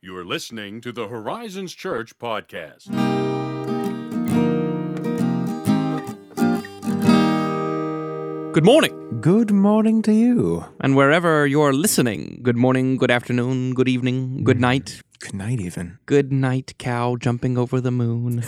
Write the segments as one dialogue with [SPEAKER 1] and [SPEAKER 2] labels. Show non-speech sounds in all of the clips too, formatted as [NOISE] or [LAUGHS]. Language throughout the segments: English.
[SPEAKER 1] You're listening to the Horizons Church podcast.
[SPEAKER 2] Good morning,
[SPEAKER 3] Good morning to you.
[SPEAKER 2] and wherever you're listening, good morning, good afternoon, good evening,
[SPEAKER 3] Hmm.
[SPEAKER 2] good night,
[SPEAKER 3] Good night, even.
[SPEAKER 2] good night, cow jumping over the
[SPEAKER 3] [LAUGHS]
[SPEAKER 2] moon,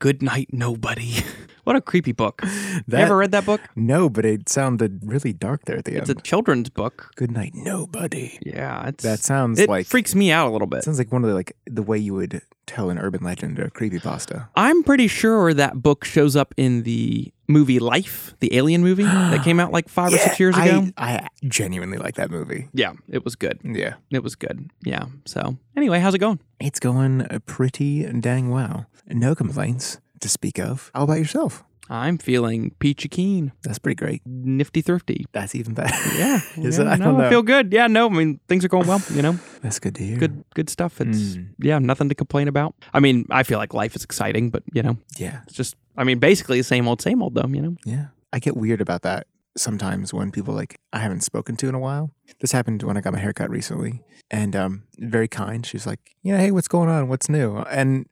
[SPEAKER 2] good night, nobody. [LAUGHS] What a creepy book. you
[SPEAKER 3] That-
[SPEAKER 2] ever read that book?
[SPEAKER 3] No, but it sounded really dark there at the
[SPEAKER 2] It's a
[SPEAKER 3] end.
[SPEAKER 2] children's book.
[SPEAKER 3] Good night, nobody.
[SPEAKER 2] Yeah, it's
[SPEAKER 3] That sounds
[SPEAKER 2] it
[SPEAKER 3] like
[SPEAKER 2] freaks me out a little bit.
[SPEAKER 3] sounds like one of the like the way you would tell an urban legend or creepypasta.
[SPEAKER 2] I'm pretty sure that book shows up in the movie Life, the Alien movie that came
[SPEAKER 3] [GASPS]
[SPEAKER 2] out like five or six years
[SPEAKER 3] I-
[SPEAKER 2] ago.
[SPEAKER 3] I, genuinely like that movie.
[SPEAKER 2] Yeah, it was good.
[SPEAKER 3] Yeah.
[SPEAKER 2] It was good. Yeah. So anyway, how's it going?
[SPEAKER 3] It's going uh, pretty dang well. No complaints to speak of. How about yourself?
[SPEAKER 2] I'm feeling peachy keen,
[SPEAKER 3] That's pretty great.
[SPEAKER 2] nifty thrifty.
[SPEAKER 3] That's even better.
[SPEAKER 2] [LAUGHS] Yeah.
[SPEAKER 3] Is
[SPEAKER 2] yeah,
[SPEAKER 3] it? I
[SPEAKER 2] no,
[SPEAKER 3] don't know.
[SPEAKER 2] feel good. Yeah, no, I mean things are going well, you know.
[SPEAKER 3] [LAUGHS] That's good to hear.
[SPEAKER 2] Good good stuff. It's
[SPEAKER 3] Mm.
[SPEAKER 2] yeah, nothing to complain about. I mean, I feel like life is exciting, but you know,
[SPEAKER 3] Yeah.
[SPEAKER 2] it's just I mean, basically the same old same old though, you know.
[SPEAKER 3] Yeah. I get weird about that sometimes when people like I haven't spoken to in a while. This happened when I got my haircut recently and um very kind. She's like, "Yeah, hey, what's going on? What's new?" And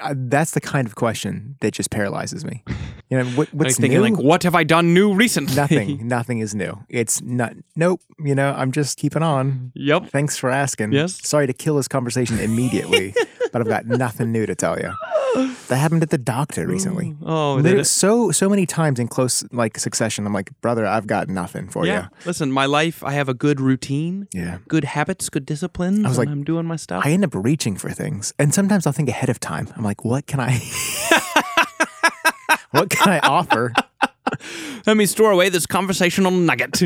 [SPEAKER 3] I, that's the kind of question that just paralyzes me. You know, what
[SPEAKER 2] Like
[SPEAKER 3] what's
[SPEAKER 2] thinking
[SPEAKER 3] new?
[SPEAKER 2] like what have I done new recently? [LAUGHS]
[SPEAKER 3] nothing. Nothing is new. It's not nope, you know, I'm just keeping on.
[SPEAKER 2] yep.
[SPEAKER 3] Thanks for asking.
[SPEAKER 2] Yes.
[SPEAKER 3] Sorry to kill this conversation immediately, but I've got nothing new to tell you. That happened at the doctor recently.
[SPEAKER 2] Oh,
[SPEAKER 3] Literally,
[SPEAKER 2] that is-
[SPEAKER 3] so so many times in close like succession, I'm like, brother, I've got nothing for
[SPEAKER 2] yeah. Listen, my life, I have a good routine,
[SPEAKER 3] you. Yeah.
[SPEAKER 2] good habits, good disciplines.
[SPEAKER 3] was
[SPEAKER 2] and
[SPEAKER 3] like,
[SPEAKER 2] I'm doing my stuff.
[SPEAKER 3] I end up reaching for things, and sometimes I'll think ahead of time. I'm like, what can I, [LAUGHS] what can I
[SPEAKER 2] [LAUGHS]
[SPEAKER 3] offer?
[SPEAKER 2] Let me store away this conversational
[SPEAKER 3] [LAUGHS]
[SPEAKER 2] nugget.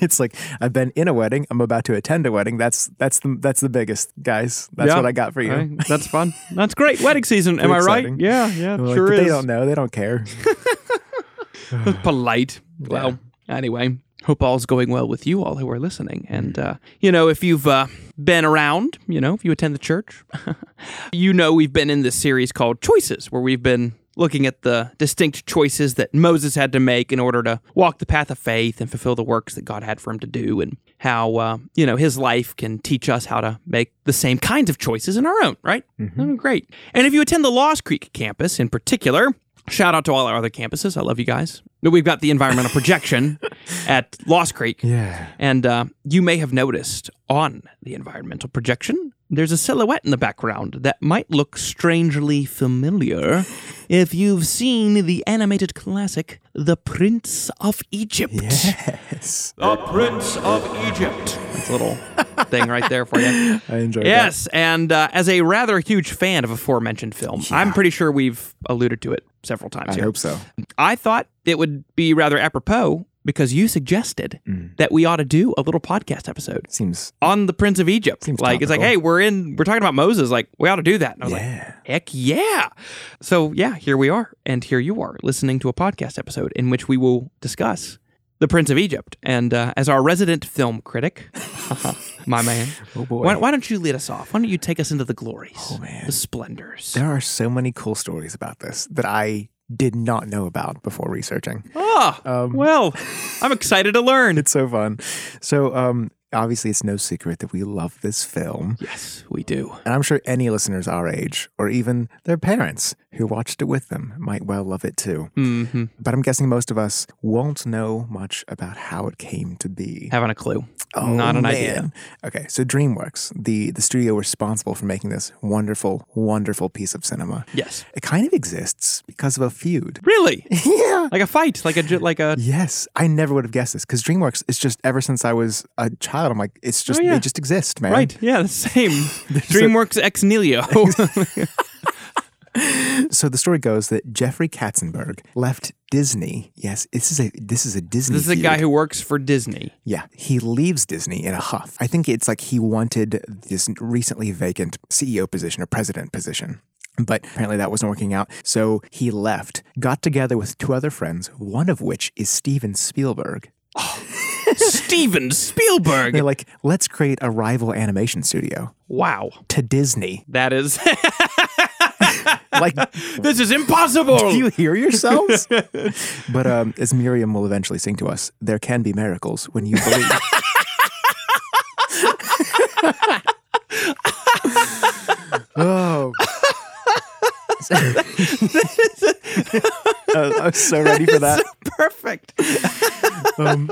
[SPEAKER 3] It's like I've been in a wedding. I'm about to attend a wedding. That's that's the that's the biggest, guys. That's
[SPEAKER 2] Yeah.
[SPEAKER 3] what I got for you.
[SPEAKER 2] All right, That's fun. That's great. Wedding
[SPEAKER 3] [LAUGHS]
[SPEAKER 2] season. Am I right?
[SPEAKER 3] exciting.
[SPEAKER 2] Yeah, yeah,
[SPEAKER 3] I'm like,
[SPEAKER 2] sure
[SPEAKER 3] "But
[SPEAKER 2] is.
[SPEAKER 3] They don't know. They don't care.
[SPEAKER 2] polite. Well, anyway, hope all's going well with you all who are listening. And, uh, you know, if you've uh, been around, you know, if you attend the church, [LAUGHS] you know we've been in this series called Choices, where we've been looking at the distinct choices that Moses had to make in order to walk the path of faith and fulfill the works that God had for him to do, and how, uh, you know, his life can teach us how to make the same kinds of choices in our own, right? Oh, great. And if you attend the Lost Creek campus in particular, Shout out to all our other campuses. I love you guys. We've got the environmental projection at Lost Creek.
[SPEAKER 3] Yeah.
[SPEAKER 2] And uh, you may have noticed on the environmental projection, there's a silhouette in the background that might look strangely
[SPEAKER 3] [LAUGHS]
[SPEAKER 2] familiar if you've seen the animated classic, The Prince of Egypt.
[SPEAKER 3] Yes.
[SPEAKER 2] The Prince of Egypt. That's a little thing right there for
[SPEAKER 3] [LAUGHS]
[SPEAKER 2] you.
[SPEAKER 3] [LAUGHS] I enjoy. That.
[SPEAKER 2] Yes, and uh, as a rather huge fan of aforementioned film, I'm pretty sure we've alluded to it several times
[SPEAKER 3] I
[SPEAKER 2] here.
[SPEAKER 3] hope so.
[SPEAKER 2] I thought it would be rather apropos because you suggested
[SPEAKER 3] Mm.
[SPEAKER 2] that we ought to do a little podcast episode
[SPEAKER 3] Seems.
[SPEAKER 2] on the Prince of Egypt.
[SPEAKER 3] Seems
[SPEAKER 2] like it's like,
[SPEAKER 3] topical.
[SPEAKER 2] hey, we're in, we're talking about Moses. Like we ought to do that. And I was like,
[SPEAKER 3] Yeah.
[SPEAKER 2] heck yeah! So yeah, here we are, and here you are listening to a podcast episode in which we will discuss the Prince of Egypt. And uh, as our resident film critic, [LAUGHS] my man,
[SPEAKER 3] Oh boy.
[SPEAKER 2] why, why don't you lead us off? Why don't you take us into the glories,
[SPEAKER 3] Oh, man.
[SPEAKER 2] the splendors?
[SPEAKER 3] There are so many cool stories about this that I did not know about before researching.
[SPEAKER 2] Ah,
[SPEAKER 3] Um,
[SPEAKER 2] well, I'm excited to learn.
[SPEAKER 3] It's so fun. So, um, obviously, it's no secret that we love this film.
[SPEAKER 2] Yes, we do.
[SPEAKER 3] And I'm sure any listeners our age, or even their parents who watched it with them, might well love it too.
[SPEAKER 2] hmm
[SPEAKER 3] But I'm guessing most of us won't know much about how it came to be. Oh,
[SPEAKER 2] Haven't a clue. Not an idea.
[SPEAKER 3] man. Okay, so DreamWorks, the, the studio responsible for making this wonderful, wonderful piece of cinema,
[SPEAKER 2] Yes.
[SPEAKER 3] it kind of exists because of a feud. [LAUGHS]
[SPEAKER 2] Really?
[SPEAKER 3] yeah.
[SPEAKER 2] Like a fight? Like a ju- like a?
[SPEAKER 3] Yes, I never would have guessed this because DreamWorks is just ever since I was a child. I'm like, it's just
[SPEAKER 2] Oh, yeah.
[SPEAKER 3] they just exist, man.
[SPEAKER 2] Right? Yeah, the same. DreamWorks ex nihilo.
[SPEAKER 3] So the story goes that Jeffrey Katzenberg left Disney. Yes, this is a this is a Disney.
[SPEAKER 2] this is a
[SPEAKER 3] feud.
[SPEAKER 2] guy who works for Disney.
[SPEAKER 3] Yeah, he leaves Disney in a huff. I think it's like he wanted this recently vacant CEO position or president position. But apparently that wasn't working out. So he left, got together with two other friends, one of which is Steven Spielberg.
[SPEAKER 2] Steven Spielberg.
[SPEAKER 3] They're [LAUGHS] like, let's create a rival animation studio
[SPEAKER 2] Wow.
[SPEAKER 3] to Disney.
[SPEAKER 2] That is. [LAUGHS]
[SPEAKER 3] Like,
[SPEAKER 2] this is impossible.
[SPEAKER 3] Do [LAUGHS] you hear yourselves? but um, as Miriam will eventually sing to us, there can be miracles when you believe. Oh. [LAUGHS] was Uh, so ready for that.
[SPEAKER 2] so perfect. [LAUGHS]
[SPEAKER 3] Um,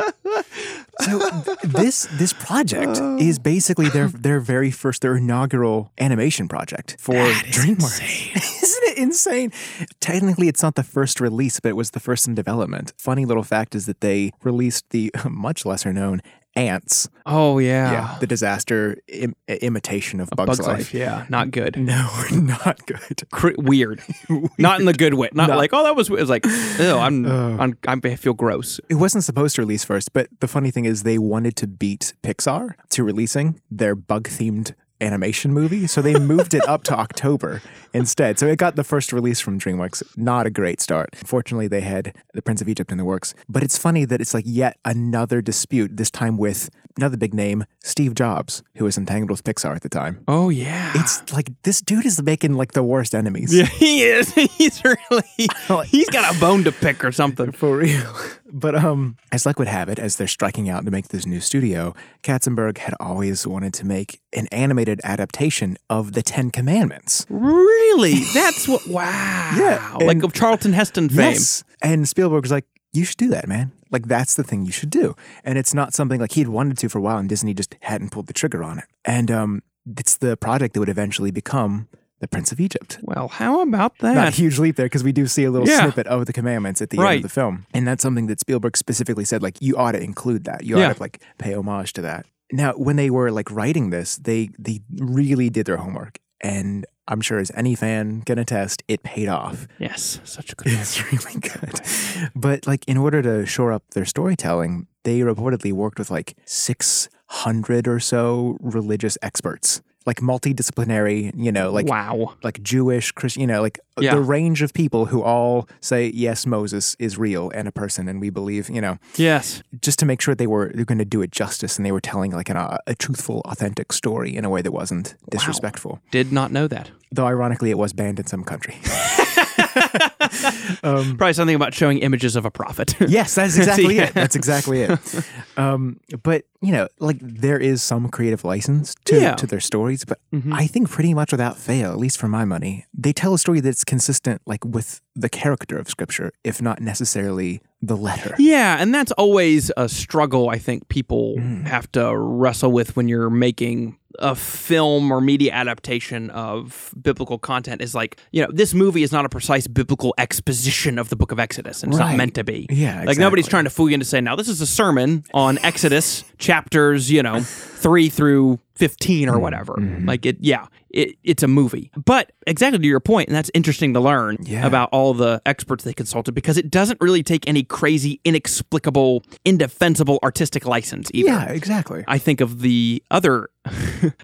[SPEAKER 3] so th- this this project
[SPEAKER 2] Oh.
[SPEAKER 3] is basically their their very first their inaugural animation project for DreamWorks. [LAUGHS] Isn't it insane? Technically, it's not the first release, but it was the first in development. Funny little fact is that they released the [LAUGHS] much lesser known Ants, uh,
[SPEAKER 2] Oh yeah.
[SPEAKER 3] the disaster Im- imitation of Bugs,
[SPEAKER 2] Bugs Life. Yeah, not good.
[SPEAKER 3] [LAUGHS] No, not good.
[SPEAKER 2] Cr-
[SPEAKER 3] [LAUGHS]
[SPEAKER 2] weird. Not in the good way. Not like oh that was. weird." It was like oh
[SPEAKER 3] [LAUGHS]
[SPEAKER 2] I'm, I'm I'm I feel gross.
[SPEAKER 3] It wasn't supposed to release first, but the funny thing is they wanted to beat Pixar to releasing their bug themed animation movie. So they moved it up to October instead. So it got the first release from DreamWorks. Not a great start. Fortunately, they had The Prince of Egypt in the works. But it's funny that it's like yet another dispute, this time with another big name, Steve Jobs, who was entangled with Pixar at the time.
[SPEAKER 2] Oh yeah. [LAUGHS]
[SPEAKER 3] It's like this dude is making like the worst enemies.
[SPEAKER 2] he is. [LAUGHS] He's
[SPEAKER 3] [LAUGHS]
[SPEAKER 2] really. He's got a bone to pick or something.
[SPEAKER 3] For real. [LAUGHS] But um, as luck would have it, as they're striking out to make this new studio, Katzenberg had always wanted to make an animated adaptation of the Ten Commandments.
[SPEAKER 2] Really?
[SPEAKER 3] [LAUGHS]
[SPEAKER 2] That's what. Wow.
[SPEAKER 3] Yeah, and-
[SPEAKER 2] like of Charlton Heston fame.
[SPEAKER 3] Yes. And Spielberg was like, you should do that, man. Like, that's the thing you should do. And it's not something like he'd wanted to for a while, and Disney just hadn't pulled the trigger on it. And um, it's the project that would eventually become The Prince of Egypt.
[SPEAKER 2] Well, how about
[SPEAKER 3] not a
[SPEAKER 2] that?
[SPEAKER 3] huge leap there because we do see a little
[SPEAKER 2] Yeah.
[SPEAKER 3] snippet of the commandments at the end
[SPEAKER 2] Right.
[SPEAKER 3] of the film, and that's something that Spielberg specifically said, like you ought to include that, you
[SPEAKER 2] Yeah.
[SPEAKER 3] ought to like pay homage to that. Now, when they were like writing this, they they really did their homework, and I'm sure as any fan can attest, it paid off. [LAUGHS]
[SPEAKER 2] Yes, such a good.
[SPEAKER 3] It's really good, but like in order to shore up their storytelling, they reportedly worked with like 600 or so religious experts, like multidisciplinary, you know, like
[SPEAKER 2] wow.
[SPEAKER 3] like Jewish, Christian, you know, like uh,
[SPEAKER 2] Yeah.
[SPEAKER 3] the range of people who all say, yes, Moses is real and a person, and we believe, you know,
[SPEAKER 2] Yes.
[SPEAKER 3] just to make sure they were, they were going to do it justice and they were telling like an, uh, a truthful, authentic story in a way that wasn't disrespectful.
[SPEAKER 2] Did not know that.
[SPEAKER 3] Though ironically, it was banned in some country.
[SPEAKER 2] Probably something about showing images of a prophet. [LAUGHS]
[SPEAKER 3] yes, that's exactly
[SPEAKER 2] Yeah.
[SPEAKER 3] it. That's exactly
[SPEAKER 2] [LAUGHS]
[SPEAKER 3] it. Um, but, you know, like there is some creative license to,
[SPEAKER 2] Yeah. Mm-hmm.
[SPEAKER 3] to their stories, but I think pretty much without fail, at least for my money, they tell a story that's consistent like with the character of scripture, if not necessarily the letter.
[SPEAKER 2] Yeah, and that's always a struggle I think people
[SPEAKER 3] Mm.
[SPEAKER 2] have to wrestle with when you're making a film or media adaptation of biblical content is like, you know, this movie is not a precise biblical exposition of the book of Exodus and it's not
[SPEAKER 3] Right.
[SPEAKER 2] meant to be.
[SPEAKER 3] Yeah,
[SPEAKER 2] Like nobody's
[SPEAKER 3] exactly.
[SPEAKER 2] trying to fool you into saying, now this is a sermon on Exodus chapters, you know, three through 15
[SPEAKER 3] Mm-hmm.
[SPEAKER 2] or whatever. Like it, yeah, it, it's a movie. But exactly to your point, and that's interesting to learn
[SPEAKER 3] Yeah.
[SPEAKER 2] about all the experts they consulted because it doesn't really take any crazy, inexplicable, indefensible artistic license either.
[SPEAKER 3] Yeah, exactly.
[SPEAKER 2] I think of the other [LAUGHS]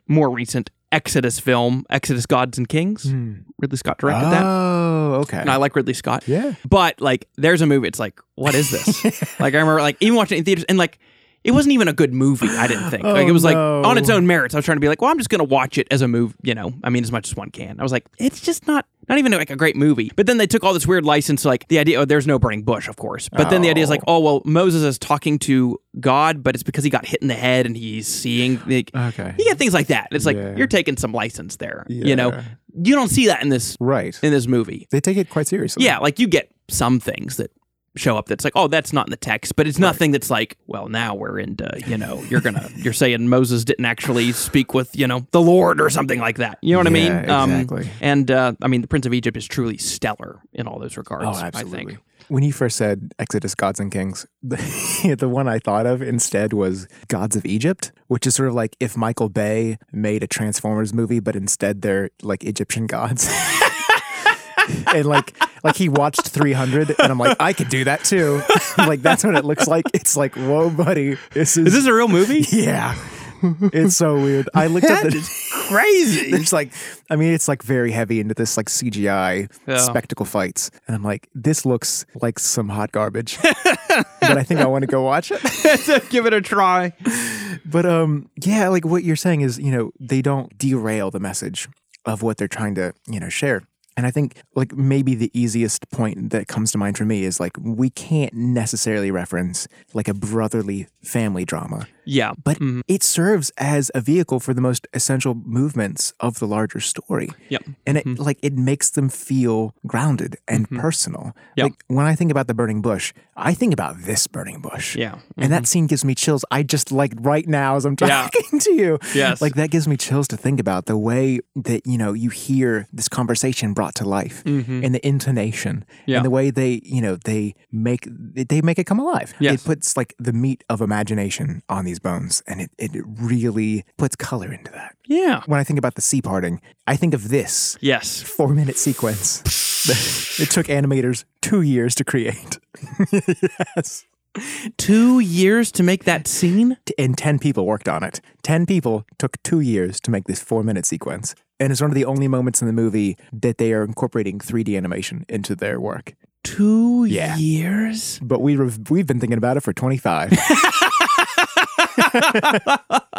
[SPEAKER 2] more recent Exodus film, Exodus Gods and Kings. Ridley Scott directed that.
[SPEAKER 3] Hmm. Oh, okay.
[SPEAKER 2] And I like Ridley Scott.
[SPEAKER 3] Yeah.
[SPEAKER 2] But like, there's a movie. It's like, what is
[SPEAKER 3] [LAUGHS]
[SPEAKER 2] this? like, I remember like even watching it in theaters and like, it wasn't even a good movie. I didn't think. like, it
[SPEAKER 3] Oh,
[SPEAKER 2] was like
[SPEAKER 3] no.
[SPEAKER 2] on its own merits. I was trying to be like, well, I'm just gonna watch it as a movie. You know, I mean, as much as one can. I was like, it's just not. Not even like a great movie, but then they took all this weird license. Like the idea, oh, there's no burning bush, of course. But then the idea is like, oh well, Moses is talking to God, but it's because he got hit in the head and he's seeing. Like,
[SPEAKER 3] Okay.
[SPEAKER 2] you get things like that. It's like
[SPEAKER 3] Uh, Yeah.
[SPEAKER 2] you're taking some license there. You know,
[SPEAKER 3] Yeah.
[SPEAKER 2] you don't see that in this
[SPEAKER 3] right.
[SPEAKER 2] in this movie.
[SPEAKER 3] They take it quite seriously.
[SPEAKER 2] Yeah, like you get some things that show up that's like, oh, that's not in the text, but it's nothing that's like, well, now we're into, you know, you're [LAUGHS] gonna, you're saying Moses didn't actually speak with, you know, the Lord or something like that. You know what I
[SPEAKER 3] Yeah,
[SPEAKER 2] mean? Um,
[SPEAKER 3] exactly.
[SPEAKER 2] and uh, I mean, the Prince of Egypt is truly stellar in all those regards.
[SPEAKER 3] Oh,
[SPEAKER 2] I
[SPEAKER 3] absolutely.
[SPEAKER 2] think.
[SPEAKER 3] When you first said Exodus Gods and Kings, [LAUGHS] the, the one I thought of instead was Gods of Egypt, which is sort of like if Michael Bay made a Transformers movie, but instead they're like Egyptian gods. [LAUGHS] and like like he watched 300 and I'm like I could do that too. [LAUGHS] like that's what it looks like. It's like whoa buddy. This is,
[SPEAKER 2] Is this a real [LAUGHS] movie?
[SPEAKER 3] yeah. It's so weird. I looked at the [LAUGHS]
[SPEAKER 2] Crazy.
[SPEAKER 3] it's like I mean it's like very heavy into this like CGI
[SPEAKER 2] Yeah.
[SPEAKER 3] spectacle fights and I'm like this looks like some hot garbage but I think I want to go watch it
[SPEAKER 2] [LAUGHS] Give it a try.
[SPEAKER 3] but um yeah like what you're saying is you know they don't derail the message of what they're trying to you know share and I think like maybe the easiest point that comes to mind for me is like we can't necessarily reference like a brotherly family drama
[SPEAKER 2] Yeah.
[SPEAKER 3] But-
[SPEAKER 2] Mhm.
[SPEAKER 3] It serves as a vehicle for the most essential movements of the larger story.
[SPEAKER 2] Yep.
[SPEAKER 3] And it
[SPEAKER 2] Mhm.
[SPEAKER 3] like it makes them feel grounded and
[SPEAKER 2] Mhm.
[SPEAKER 3] personal.
[SPEAKER 2] Yep.
[SPEAKER 3] Like when I think about the burning bush, I think about this burning bush.
[SPEAKER 2] yeah.
[SPEAKER 3] And that scene gives me chills. I just like right now as I'm
[SPEAKER 2] Mm-hmm. Yeah.
[SPEAKER 3] talking to you.
[SPEAKER 2] Mhm. yes.
[SPEAKER 3] Like that gives me chills to think about the way that, you know, you hear this conversation brought to life
[SPEAKER 2] Mhm.
[SPEAKER 3] and the intonation
[SPEAKER 2] Yeah.
[SPEAKER 3] and the way they, you know, they make they make it come alive.
[SPEAKER 2] Yes.
[SPEAKER 3] It puts like the meat of imagination on these bones and it, it really puts color into that.
[SPEAKER 2] yeah.
[SPEAKER 3] When I think about the sea parting, I think of this
[SPEAKER 2] Yes.
[SPEAKER 3] four minute sequence. [LAUGHS] it took animators two years to create. [LAUGHS] yes.
[SPEAKER 2] Two years to make that scene.
[SPEAKER 3] and 10 people worked on it. 10 people took two years to make this four minute sequence. And it's one of the only moments in the movie that they are incorporating 3D animation into their work.
[SPEAKER 2] Two
[SPEAKER 3] Yeah.
[SPEAKER 2] years.
[SPEAKER 3] But we rev we've been thinking about it for 25.
[SPEAKER 2] [LAUGHS]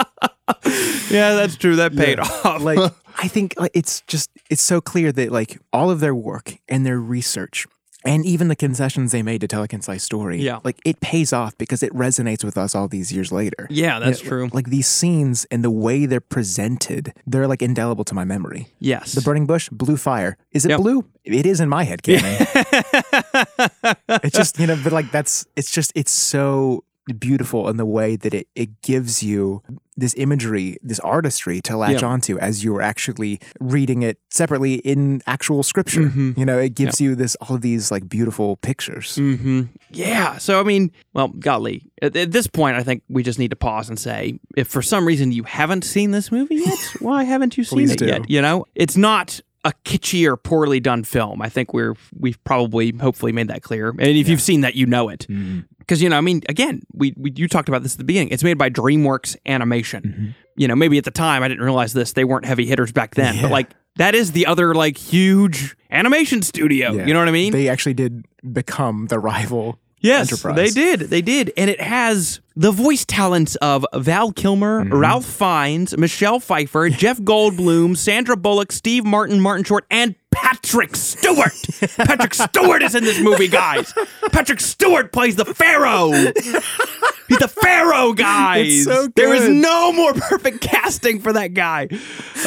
[SPEAKER 2] Yeah, that's true. That paid off.
[SPEAKER 3] like, I think like, it's just, it's so clear that like all of their work and their research and even the concessions they made to tell a concise story,
[SPEAKER 2] Yeah.
[SPEAKER 3] like it pays off because it resonates with us all these years later.
[SPEAKER 2] yeah, that's
[SPEAKER 3] Yeah, like-
[SPEAKER 2] true.
[SPEAKER 3] Like these scenes and the way they're presented, they're like indelible to my memory.
[SPEAKER 2] Yes.
[SPEAKER 3] The burning bush, blue fire. Is it
[SPEAKER 2] Yep.
[SPEAKER 3] blue? It is in my head, canon.
[SPEAKER 2] [LAUGHS]
[SPEAKER 3] it's just, you know, but like that's, it's just, it's so beautiful in the way that it, it gives you this imagery, this artistry to latch
[SPEAKER 2] Yeah.
[SPEAKER 3] onto as you're actually reading it separately in actual scripture.
[SPEAKER 2] Mhm.
[SPEAKER 3] You know, it gives you this, all of these like beautiful pictures.
[SPEAKER 2] hmm Yeah. So, I mean, well, golly, at, at this point, I think we just need to pause and say if for some reason you haven't seen this movie
[SPEAKER 3] [LAUGHS]
[SPEAKER 2] yet, why haven't you seen
[SPEAKER 3] Please
[SPEAKER 2] it
[SPEAKER 3] do.
[SPEAKER 2] yet? You know, it's not a kitschy or poorly done film. I think we're we've probably hopefully made that clear. And if you've seen that, you know it.
[SPEAKER 3] Mm-hmm.
[SPEAKER 2] Because you know, I mean, again, we, we you talked about this at the beginning. It's made by DreamWorks Animation.
[SPEAKER 3] Mm-hmm.
[SPEAKER 2] You know, maybe at the time I didn't realize this; they weren't heavy hitters back then. But
[SPEAKER 3] Yeah.
[SPEAKER 2] like that is the other like huge animation studio.
[SPEAKER 3] Yeah.
[SPEAKER 2] Mm. You know what I mean?
[SPEAKER 3] They actually did become the rival.
[SPEAKER 2] [LAUGHS] Yes,
[SPEAKER 3] Enterprise.
[SPEAKER 2] they did. They did. And it has the voice talents of Val Kilmer, Ralph Fiennes, Michelle Pfeiffer, Jeff Goldblum, Sandra Bullock, Steve Martin, Martin Short, and Patrick Stewart. Patrick Stewart is in this movie, guys. Patrick Stewart plays the Pharaoh. He's the Pharaoh, guys.
[SPEAKER 3] [LAUGHS] It's so
[SPEAKER 2] There is
[SPEAKER 3] good.
[SPEAKER 2] no more perfect casting for that guy.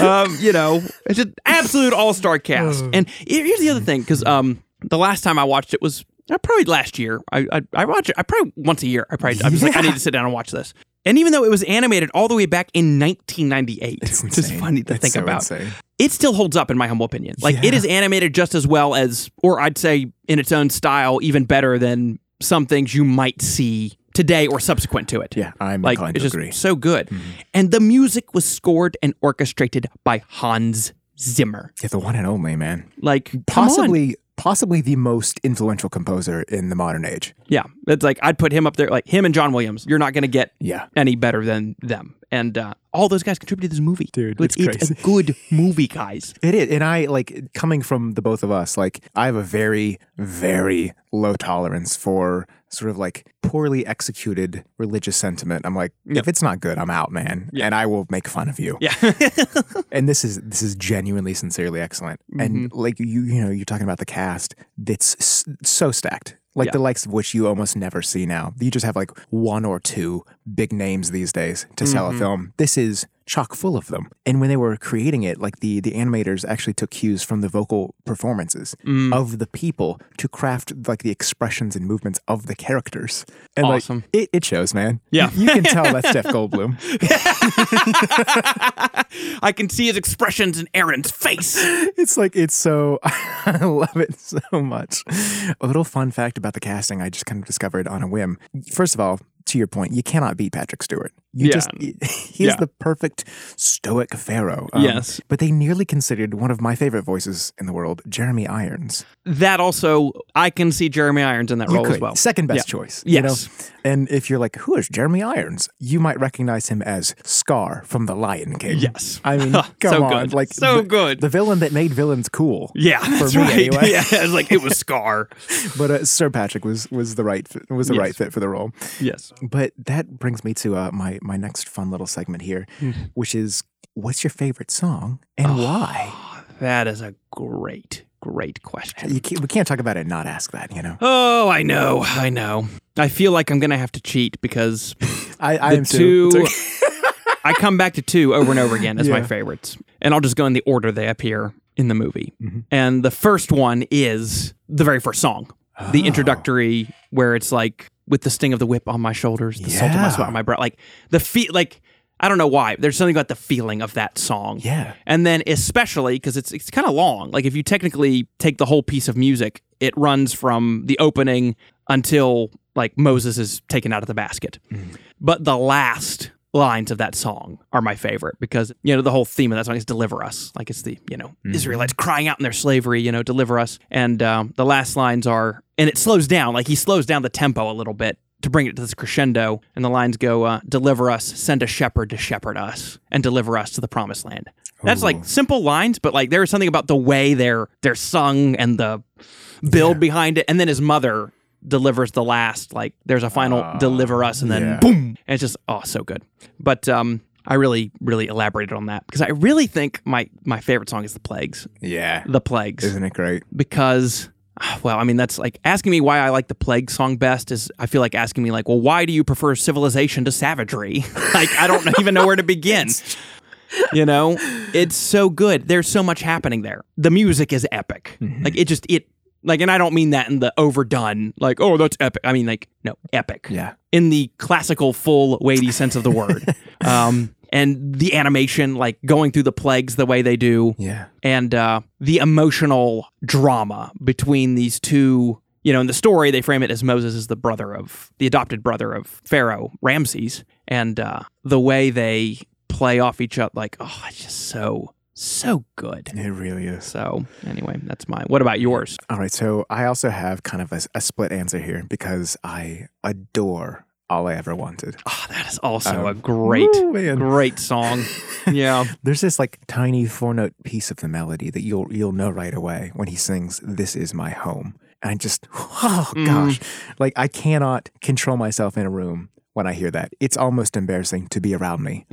[SPEAKER 2] Um, you know, it's an absolute all star cast. And here- here's the other thing, because um, the last time I watched it was uh, probably last year. I I, I watch it. I probably once a year. I probably I'm just like I
[SPEAKER 3] Yeah.
[SPEAKER 2] need to sit down and watch this. And even though it was animated all the way back in 1998,
[SPEAKER 3] It's
[SPEAKER 2] which is
[SPEAKER 3] insane.
[SPEAKER 2] funny to
[SPEAKER 3] It's
[SPEAKER 2] think
[SPEAKER 3] so
[SPEAKER 2] about,
[SPEAKER 3] insane.
[SPEAKER 2] it still holds up in my humble opinion. Like it
[SPEAKER 3] Yeah.
[SPEAKER 2] is animated just as well as, or I'd say in its own style, even better than some things you might see today or subsequent to it.
[SPEAKER 3] Yeah, I'm
[SPEAKER 2] Like
[SPEAKER 3] inclined
[SPEAKER 2] it's
[SPEAKER 3] to
[SPEAKER 2] just
[SPEAKER 3] agree. Mm-hmm.
[SPEAKER 2] so good, and the music was scored and orchestrated by Hans Zimmer.
[SPEAKER 3] Yeah, the one and only man.
[SPEAKER 2] Like come on.
[SPEAKER 3] Possibly, possibly the most influential composer in the modern age.
[SPEAKER 2] yeah. It's like I'd put him up there, like him and John Williams. You're not gonna get
[SPEAKER 3] Yeah,
[SPEAKER 2] any better than them. And uh, all those guys contributed to this movie.
[SPEAKER 3] Dude,
[SPEAKER 2] Like,
[SPEAKER 3] it's
[SPEAKER 2] a good movie,
[SPEAKER 3] [LAUGHS]
[SPEAKER 2] guys.
[SPEAKER 3] it is. And I like coming from the both of us. Like, I have a very, very low tolerance for sort of like poorly executed religious sentiment. I'm like, if it's not good, I'm out, man, and I will make fun of you.
[SPEAKER 2] Yeah. [LAUGHS]
[SPEAKER 3] and this is this is genuinely sincerely excellent
[SPEAKER 2] Mm-hmm.
[SPEAKER 3] and like you you know you're talking about the cast that's s- so stacked like
[SPEAKER 2] Yeah.
[SPEAKER 3] the likes of which you almost never see now you just have like one or two big names these days to sell
[SPEAKER 2] Mm-hmm.
[SPEAKER 3] a film this is chock full of them and when they were creating it like the the animators actually took cues from the vocal performances
[SPEAKER 2] Mm.
[SPEAKER 3] of the people to craft like the expressions and movements of the characters and
[SPEAKER 2] Awesome.
[SPEAKER 3] like it, it shows man
[SPEAKER 2] Yeah.
[SPEAKER 3] you, you can tell that's
[SPEAKER 2] [LAUGHS]
[SPEAKER 3] jeff goldblum
[SPEAKER 2] I can see his expressions in Aaron's face.
[SPEAKER 3] It's like it's so [LAUGHS] I love it so much. A little fun fact about the casting I just kind of discovered on a whim. First of all, to your point, you cannot beat Patrick Stewart. You
[SPEAKER 2] Yeah.
[SPEAKER 3] just he's
[SPEAKER 2] Yeah.
[SPEAKER 3] the perfect stoic pharaoh. Um,
[SPEAKER 2] Yes.
[SPEAKER 3] But they nearly considered one of my favorite voices in the world, Jeremy Irons.
[SPEAKER 2] That also, I can see Jeremy Irons in that
[SPEAKER 3] You
[SPEAKER 2] role as
[SPEAKER 3] could.
[SPEAKER 2] well.
[SPEAKER 3] Second best choice. you know?
[SPEAKER 2] Yes.
[SPEAKER 3] And if you're like, who is Jeremy Irons? You might recognize him as Scar from The Lion King.
[SPEAKER 2] Yes.
[SPEAKER 3] I
[SPEAKER 2] [LAUGHS]
[SPEAKER 3] mean,
[SPEAKER 2] So
[SPEAKER 3] come on.
[SPEAKER 2] good.
[SPEAKER 3] Like
[SPEAKER 2] So
[SPEAKER 3] the-
[SPEAKER 2] good.
[SPEAKER 3] The villain that made villains cool.
[SPEAKER 2] [LAUGHS] Yeah,
[SPEAKER 3] For
[SPEAKER 2] that's
[SPEAKER 3] me
[SPEAKER 2] right. [LAUGHS]
[SPEAKER 3] anyway.
[SPEAKER 2] Yeah, it's like it was
[SPEAKER 3] [LAUGHS]
[SPEAKER 2] Scar.
[SPEAKER 3] but uh, Sir Patrick was was the right fit, was the
[SPEAKER 2] Yes.
[SPEAKER 3] right fit for the role.
[SPEAKER 2] [SIGHS] yes.
[SPEAKER 3] But that brings me to uh, my my next fun little segment here,
[SPEAKER 2] Hmm. Oh.
[SPEAKER 3] which is what's your favorite song and why?
[SPEAKER 2] That is a great great question.
[SPEAKER 3] You can't, we can't talk about it and not ask that,
[SPEAKER 2] [GASPS]
[SPEAKER 3] you know?
[SPEAKER 2] Oh, I know, I know. I feel like I'm gonna have to cheat because
[SPEAKER 3] I, I
[SPEAKER 2] The
[SPEAKER 3] am too.
[SPEAKER 2] two-
[SPEAKER 3] It's
[SPEAKER 2] [LAUGHS] I come back to two over and over again as my
[SPEAKER 3] Yeah.
[SPEAKER 2] favorites, and I'll just go in the order they appear in the movie.
[SPEAKER 3] Mhm.
[SPEAKER 2] And the first one is the very first song,
[SPEAKER 3] okay.
[SPEAKER 2] the
[SPEAKER 3] Oh.
[SPEAKER 2] introductory, where it's like with the sting of the whip on my shoulders, the salt of my
[SPEAKER 3] Yeah.
[SPEAKER 2] sweat on my brow, like the feet, like. I don't know why. There's something about the feeling of that song.
[SPEAKER 3] Yeah.
[SPEAKER 2] And then especially because it's it's kind of long. Like if you technically take the whole piece of music, it runs from the opening until like Moses is taken out of the basket. But the last lines of that song are my favorite because you know the whole theme of that song is deliver us. Like it's the, you know, Israelites crying out in their slavery, you know, deliver us. And um, the last lines are and it slows down, like he slows down the tempo a little bit to bring it to this crescendo, and the lines go, uh, "Deliver us, send a shepherd to shepherd us, and deliver us to the promised land." That's like simple lines, but like there is something about the way they're they're sung and the build behind it, and then his mother delivers the last like there's a final
[SPEAKER 1] Ah,
[SPEAKER 2] deliver us, and then
[SPEAKER 3] yeah.
[SPEAKER 2] boom, and it's just oh so good. But um, I really really elaborated on that because I really think my my favorite song is the Plagues,
[SPEAKER 3] Yeah.
[SPEAKER 2] the Plagues
[SPEAKER 3] Isn't it great?
[SPEAKER 2] because ah, well i mean that's like asking me why i like the plague song best is i feel like asking me like well why do you prefer civilization to savagery [LAUGHS] like i don't even know where to begin you know it's so good there's so much happening there the music is epic Mm-hmm.
[SPEAKER 3] Mm-hmm.
[SPEAKER 2] like it just it like and i don't mean that in the overdone like oh that's epic i mean like no epic
[SPEAKER 3] Yeah.
[SPEAKER 2] in the classical full weighty sense of the word um and the animation like going through the plagues the way they do
[SPEAKER 3] Yeah.
[SPEAKER 2] and uh, the emotional drama between these two. You know, in the story, they frame it as Moses is the brother of the adopted brother of Pharaoh Ramses, and uh, the way they play off each other, like, oh, it's just so so good.
[SPEAKER 3] It really is.
[SPEAKER 2] So anyway, that's mine. What about yours?
[SPEAKER 3] All right, so I also have kind of a, a split answer here because I adore all I ever wanted.
[SPEAKER 2] Oh, that is also
[SPEAKER 3] Um,
[SPEAKER 2] a great
[SPEAKER 3] Ooh, man.
[SPEAKER 2] great song. yeah,
[SPEAKER 3] There's this like tiny four note piece of the melody that you'll you'll know right away when he sings "This is my home." And I just oh
[SPEAKER 2] Mhm.
[SPEAKER 3] gosh, like I cannot control myself in a room when I hear that. It's almost embarrassing to be
[SPEAKER 2] [LAUGHS]
[SPEAKER 3] around me.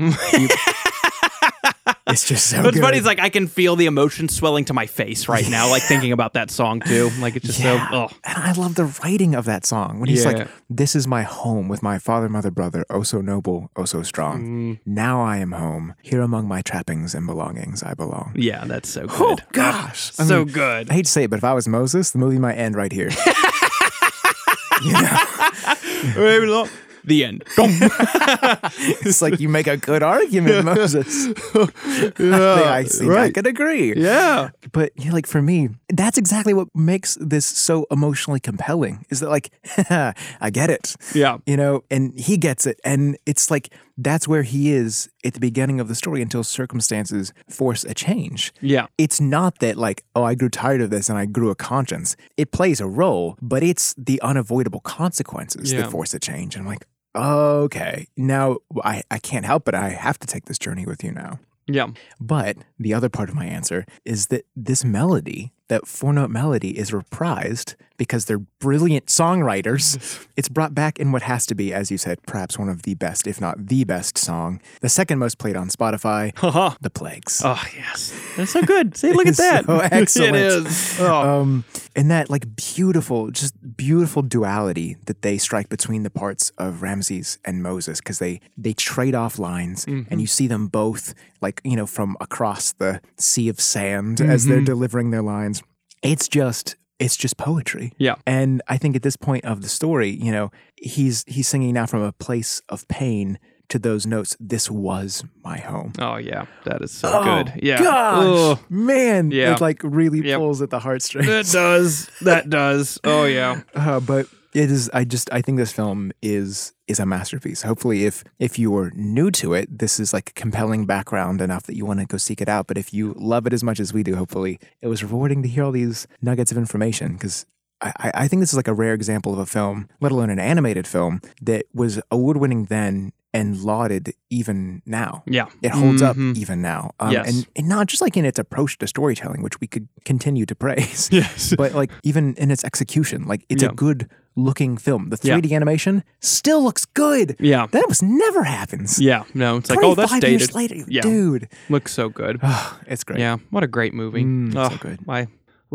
[SPEAKER 3] It's just so.
[SPEAKER 2] What's
[SPEAKER 3] good.
[SPEAKER 2] funny is like I can feel the emotion swelling to my face right now, like thinking about that song too. Like it's just
[SPEAKER 3] Yeah.
[SPEAKER 2] so. Oh.
[SPEAKER 3] And I love the writing of that song when he's
[SPEAKER 2] Yeah.
[SPEAKER 3] like, This is my home with my father, mother, brother, oh so noble, oh so strong.
[SPEAKER 2] Mm.
[SPEAKER 3] Now I am home. Here among my trappings and belongings I belong.
[SPEAKER 2] Yeah, that's so
[SPEAKER 3] Oh,
[SPEAKER 2] good.
[SPEAKER 3] gosh. I
[SPEAKER 2] so
[SPEAKER 3] mean,
[SPEAKER 2] good.
[SPEAKER 3] I hate to say it, but if I was Moses, the movie might end right here. [LAUGHS] you know?
[SPEAKER 2] the end. [LAUGHS]
[SPEAKER 3] It's like you make a good argument, Moses. [LAUGHS] I think, I, think I could agree.
[SPEAKER 2] Yeah.
[SPEAKER 3] But you know, like for me, that's exactly what makes this so emotionally compelling is that like [LAUGHS] I get it.
[SPEAKER 2] Yeah.
[SPEAKER 3] you know, and he gets it. And it's like that's where he is at the beginning of the story until circumstances force a change.
[SPEAKER 2] Yeah.
[SPEAKER 3] It's not that, like, oh, I grew tired of this and I grew a conscience. It plays a role, but it's the unavoidable consequences
[SPEAKER 2] Yeah.
[SPEAKER 3] that force a change. And I'm like, okay, now I, I can't help it. I have to take this journey with you now.
[SPEAKER 2] Yeah.
[SPEAKER 3] But the other part of my answer is that this melody, that four note melody, is reprised because they're brilliant songwriters. It's brought back in what has to be, as you said, perhaps one of the best, if not the best song, the second most played on Spotify,
[SPEAKER 2] Haha.
[SPEAKER 3] The Plagues.
[SPEAKER 2] oh, yes. That's so good. See, look at
[SPEAKER 3] It's
[SPEAKER 2] that.
[SPEAKER 3] so
[SPEAKER 2] [LAUGHS]
[SPEAKER 3] excellent.
[SPEAKER 2] It is. Oh.
[SPEAKER 3] Um, and that like beautiful, just beautiful duality that they strike between the parts of Ramses and Moses because they they trade off lines,
[SPEAKER 2] Mm-hmm.
[SPEAKER 3] and you see them both like you know from across the sea of sand as
[SPEAKER 2] Mm-hmm.
[SPEAKER 3] they're delivering their lines. It's just it's just poetry.
[SPEAKER 2] Yeah.
[SPEAKER 3] And I think at this point of the story, you know, he's he's singing now from a place of pain to those notes. This was my home.
[SPEAKER 2] Oh, yeah. That is so
[SPEAKER 3] Oh,
[SPEAKER 2] good. Yeah.
[SPEAKER 3] Gosh,
[SPEAKER 2] Ugh.
[SPEAKER 3] man,
[SPEAKER 2] Yeah.
[SPEAKER 3] it like really
[SPEAKER 2] Yep.
[SPEAKER 3] pulls at the heartstrings.
[SPEAKER 2] That does. That does. Oh, yeah.
[SPEAKER 3] Uh, but it is. I just. I think this film is is a masterpiece. Hopefully, if if you are new to it, this is like compelling background enough that you want to go seek it out. But if you love it as much as we do, hopefully, it was rewarding to hear all these nuggets of information because. I, I- I think this is like a rare example of a film, let alone an animated film, that was award-winning then and lauded even now.
[SPEAKER 2] Yeah.
[SPEAKER 3] It holds
[SPEAKER 2] Mhm.
[SPEAKER 3] up even now, um,
[SPEAKER 2] Yes.
[SPEAKER 3] and, and not just like in its approach to storytelling, which we could continue to praise
[SPEAKER 2] Yes.
[SPEAKER 3] [LAUGHS] but like even in its execution, like it's
[SPEAKER 2] Yeah.
[SPEAKER 3] a good looking film. The
[SPEAKER 2] Yeah.
[SPEAKER 3] 3D animation still looks good.
[SPEAKER 2] Yeah.
[SPEAKER 3] That was never happens.
[SPEAKER 2] Yeah. No, it's like, oh, that's
[SPEAKER 3] 25
[SPEAKER 2] dated.
[SPEAKER 3] Years later,
[SPEAKER 2] Yeah.
[SPEAKER 3] dude. [SIGHS]
[SPEAKER 2] Looks so good.
[SPEAKER 3] Oh, it's great.
[SPEAKER 2] Yeah, what a great movie.
[SPEAKER 3] Mm, so
[SPEAKER 2] Ugh,
[SPEAKER 3] good.
[SPEAKER 2] I,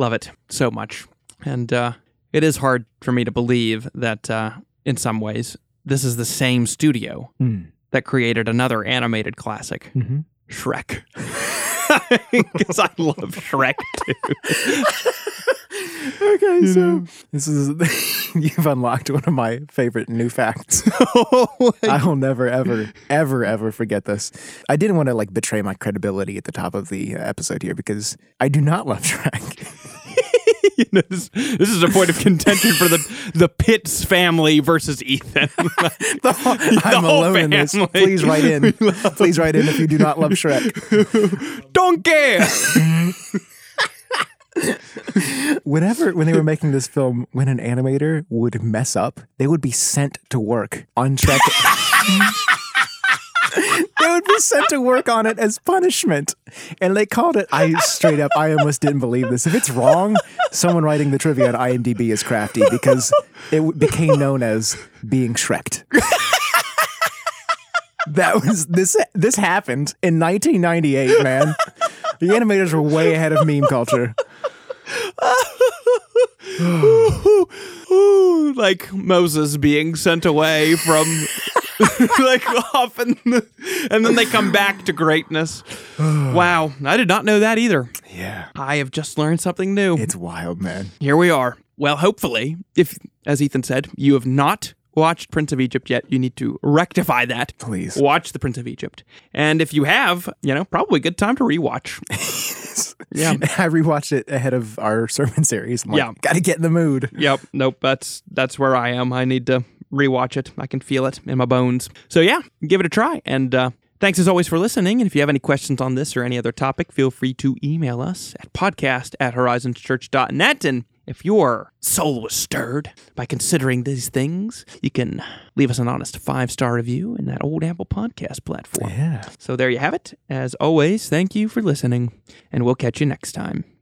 [SPEAKER 2] Love it so much. And uh, it is hard for me to believe that, uh, in some ways, this is the same studio
[SPEAKER 3] Mm.
[SPEAKER 2] that created another animated classic,
[SPEAKER 3] Mm-hmm.
[SPEAKER 2] Shrek. [LAUGHS] Because I love Shrek too.
[SPEAKER 3] [LAUGHS]
[SPEAKER 2] [LAUGHS]
[SPEAKER 3] okay,
[SPEAKER 2] You
[SPEAKER 3] so
[SPEAKER 2] know.
[SPEAKER 3] this is [LAUGHS] you've unlocked one of my favorite
[SPEAKER 2] [LAUGHS]
[SPEAKER 3] new facts. [LAUGHS]
[SPEAKER 2] I-
[SPEAKER 3] I will never, ever, ever, ever forget this. I didn't want to like betray my credibility at the top of the episode here because I do not love Shrek. [LAUGHS]
[SPEAKER 2] you know, this, this is a point of contention for the the Pitts family versus Ethan. [LAUGHS]
[SPEAKER 3] I'm
[SPEAKER 2] whole
[SPEAKER 3] alone in this.
[SPEAKER 2] family.
[SPEAKER 3] Please write in.
[SPEAKER 2] [LAUGHS] We love-
[SPEAKER 3] Please write in if you do not love Shrek.
[SPEAKER 2] Donkey.
[SPEAKER 3] Whenever when they were making this film, when an animator would mess up, they would be sent to work on Shrek. they would be sent to work on it as punishment. And they called it I straight up I almost didn't believe this. If it's wrong, someone writing the trivia on IMDb is crafty because it w- became known as being Shreked. That was this this happened in 1998, man. The animators were way ahead of meme culture.
[SPEAKER 2] Ooh, ooh, like Moses being sent away from [LAUGHS] like often and then they come back to greatness. wow, I did not know that either.
[SPEAKER 3] Yeah.
[SPEAKER 2] I have just learned something new.
[SPEAKER 3] It's wild, man. [LAUGHS]
[SPEAKER 2] Here we are. Well, hopefully, if as Ethan said, you have not watched Prince of Egypt yet, you need to rectify that.
[SPEAKER 3] Please.
[SPEAKER 2] Watch The Prince of Egypt. And if you have, you know, probably a good time to rewatch. Yeah.
[SPEAKER 3] I rewatched it ahead of our [LAUGHS] sermon series. I'm like,
[SPEAKER 2] Yeah.
[SPEAKER 3] Gotta get in the mood.
[SPEAKER 2] yep. Nope. That's that's where I am. I need to rewatch it. I can feel it in my bones. So yeah, give it a try. And uh, thanks as always for listening. And if you have any questions on this or any other topic, feel free to email us at podcast at horizonschurch.net. And if your soul was stirred by considering these things, you can leave us an honest five star review in that old Apple podcast platform.
[SPEAKER 3] Yeah.
[SPEAKER 2] So there you have it. As always, thank you for listening, and we'll catch you next time.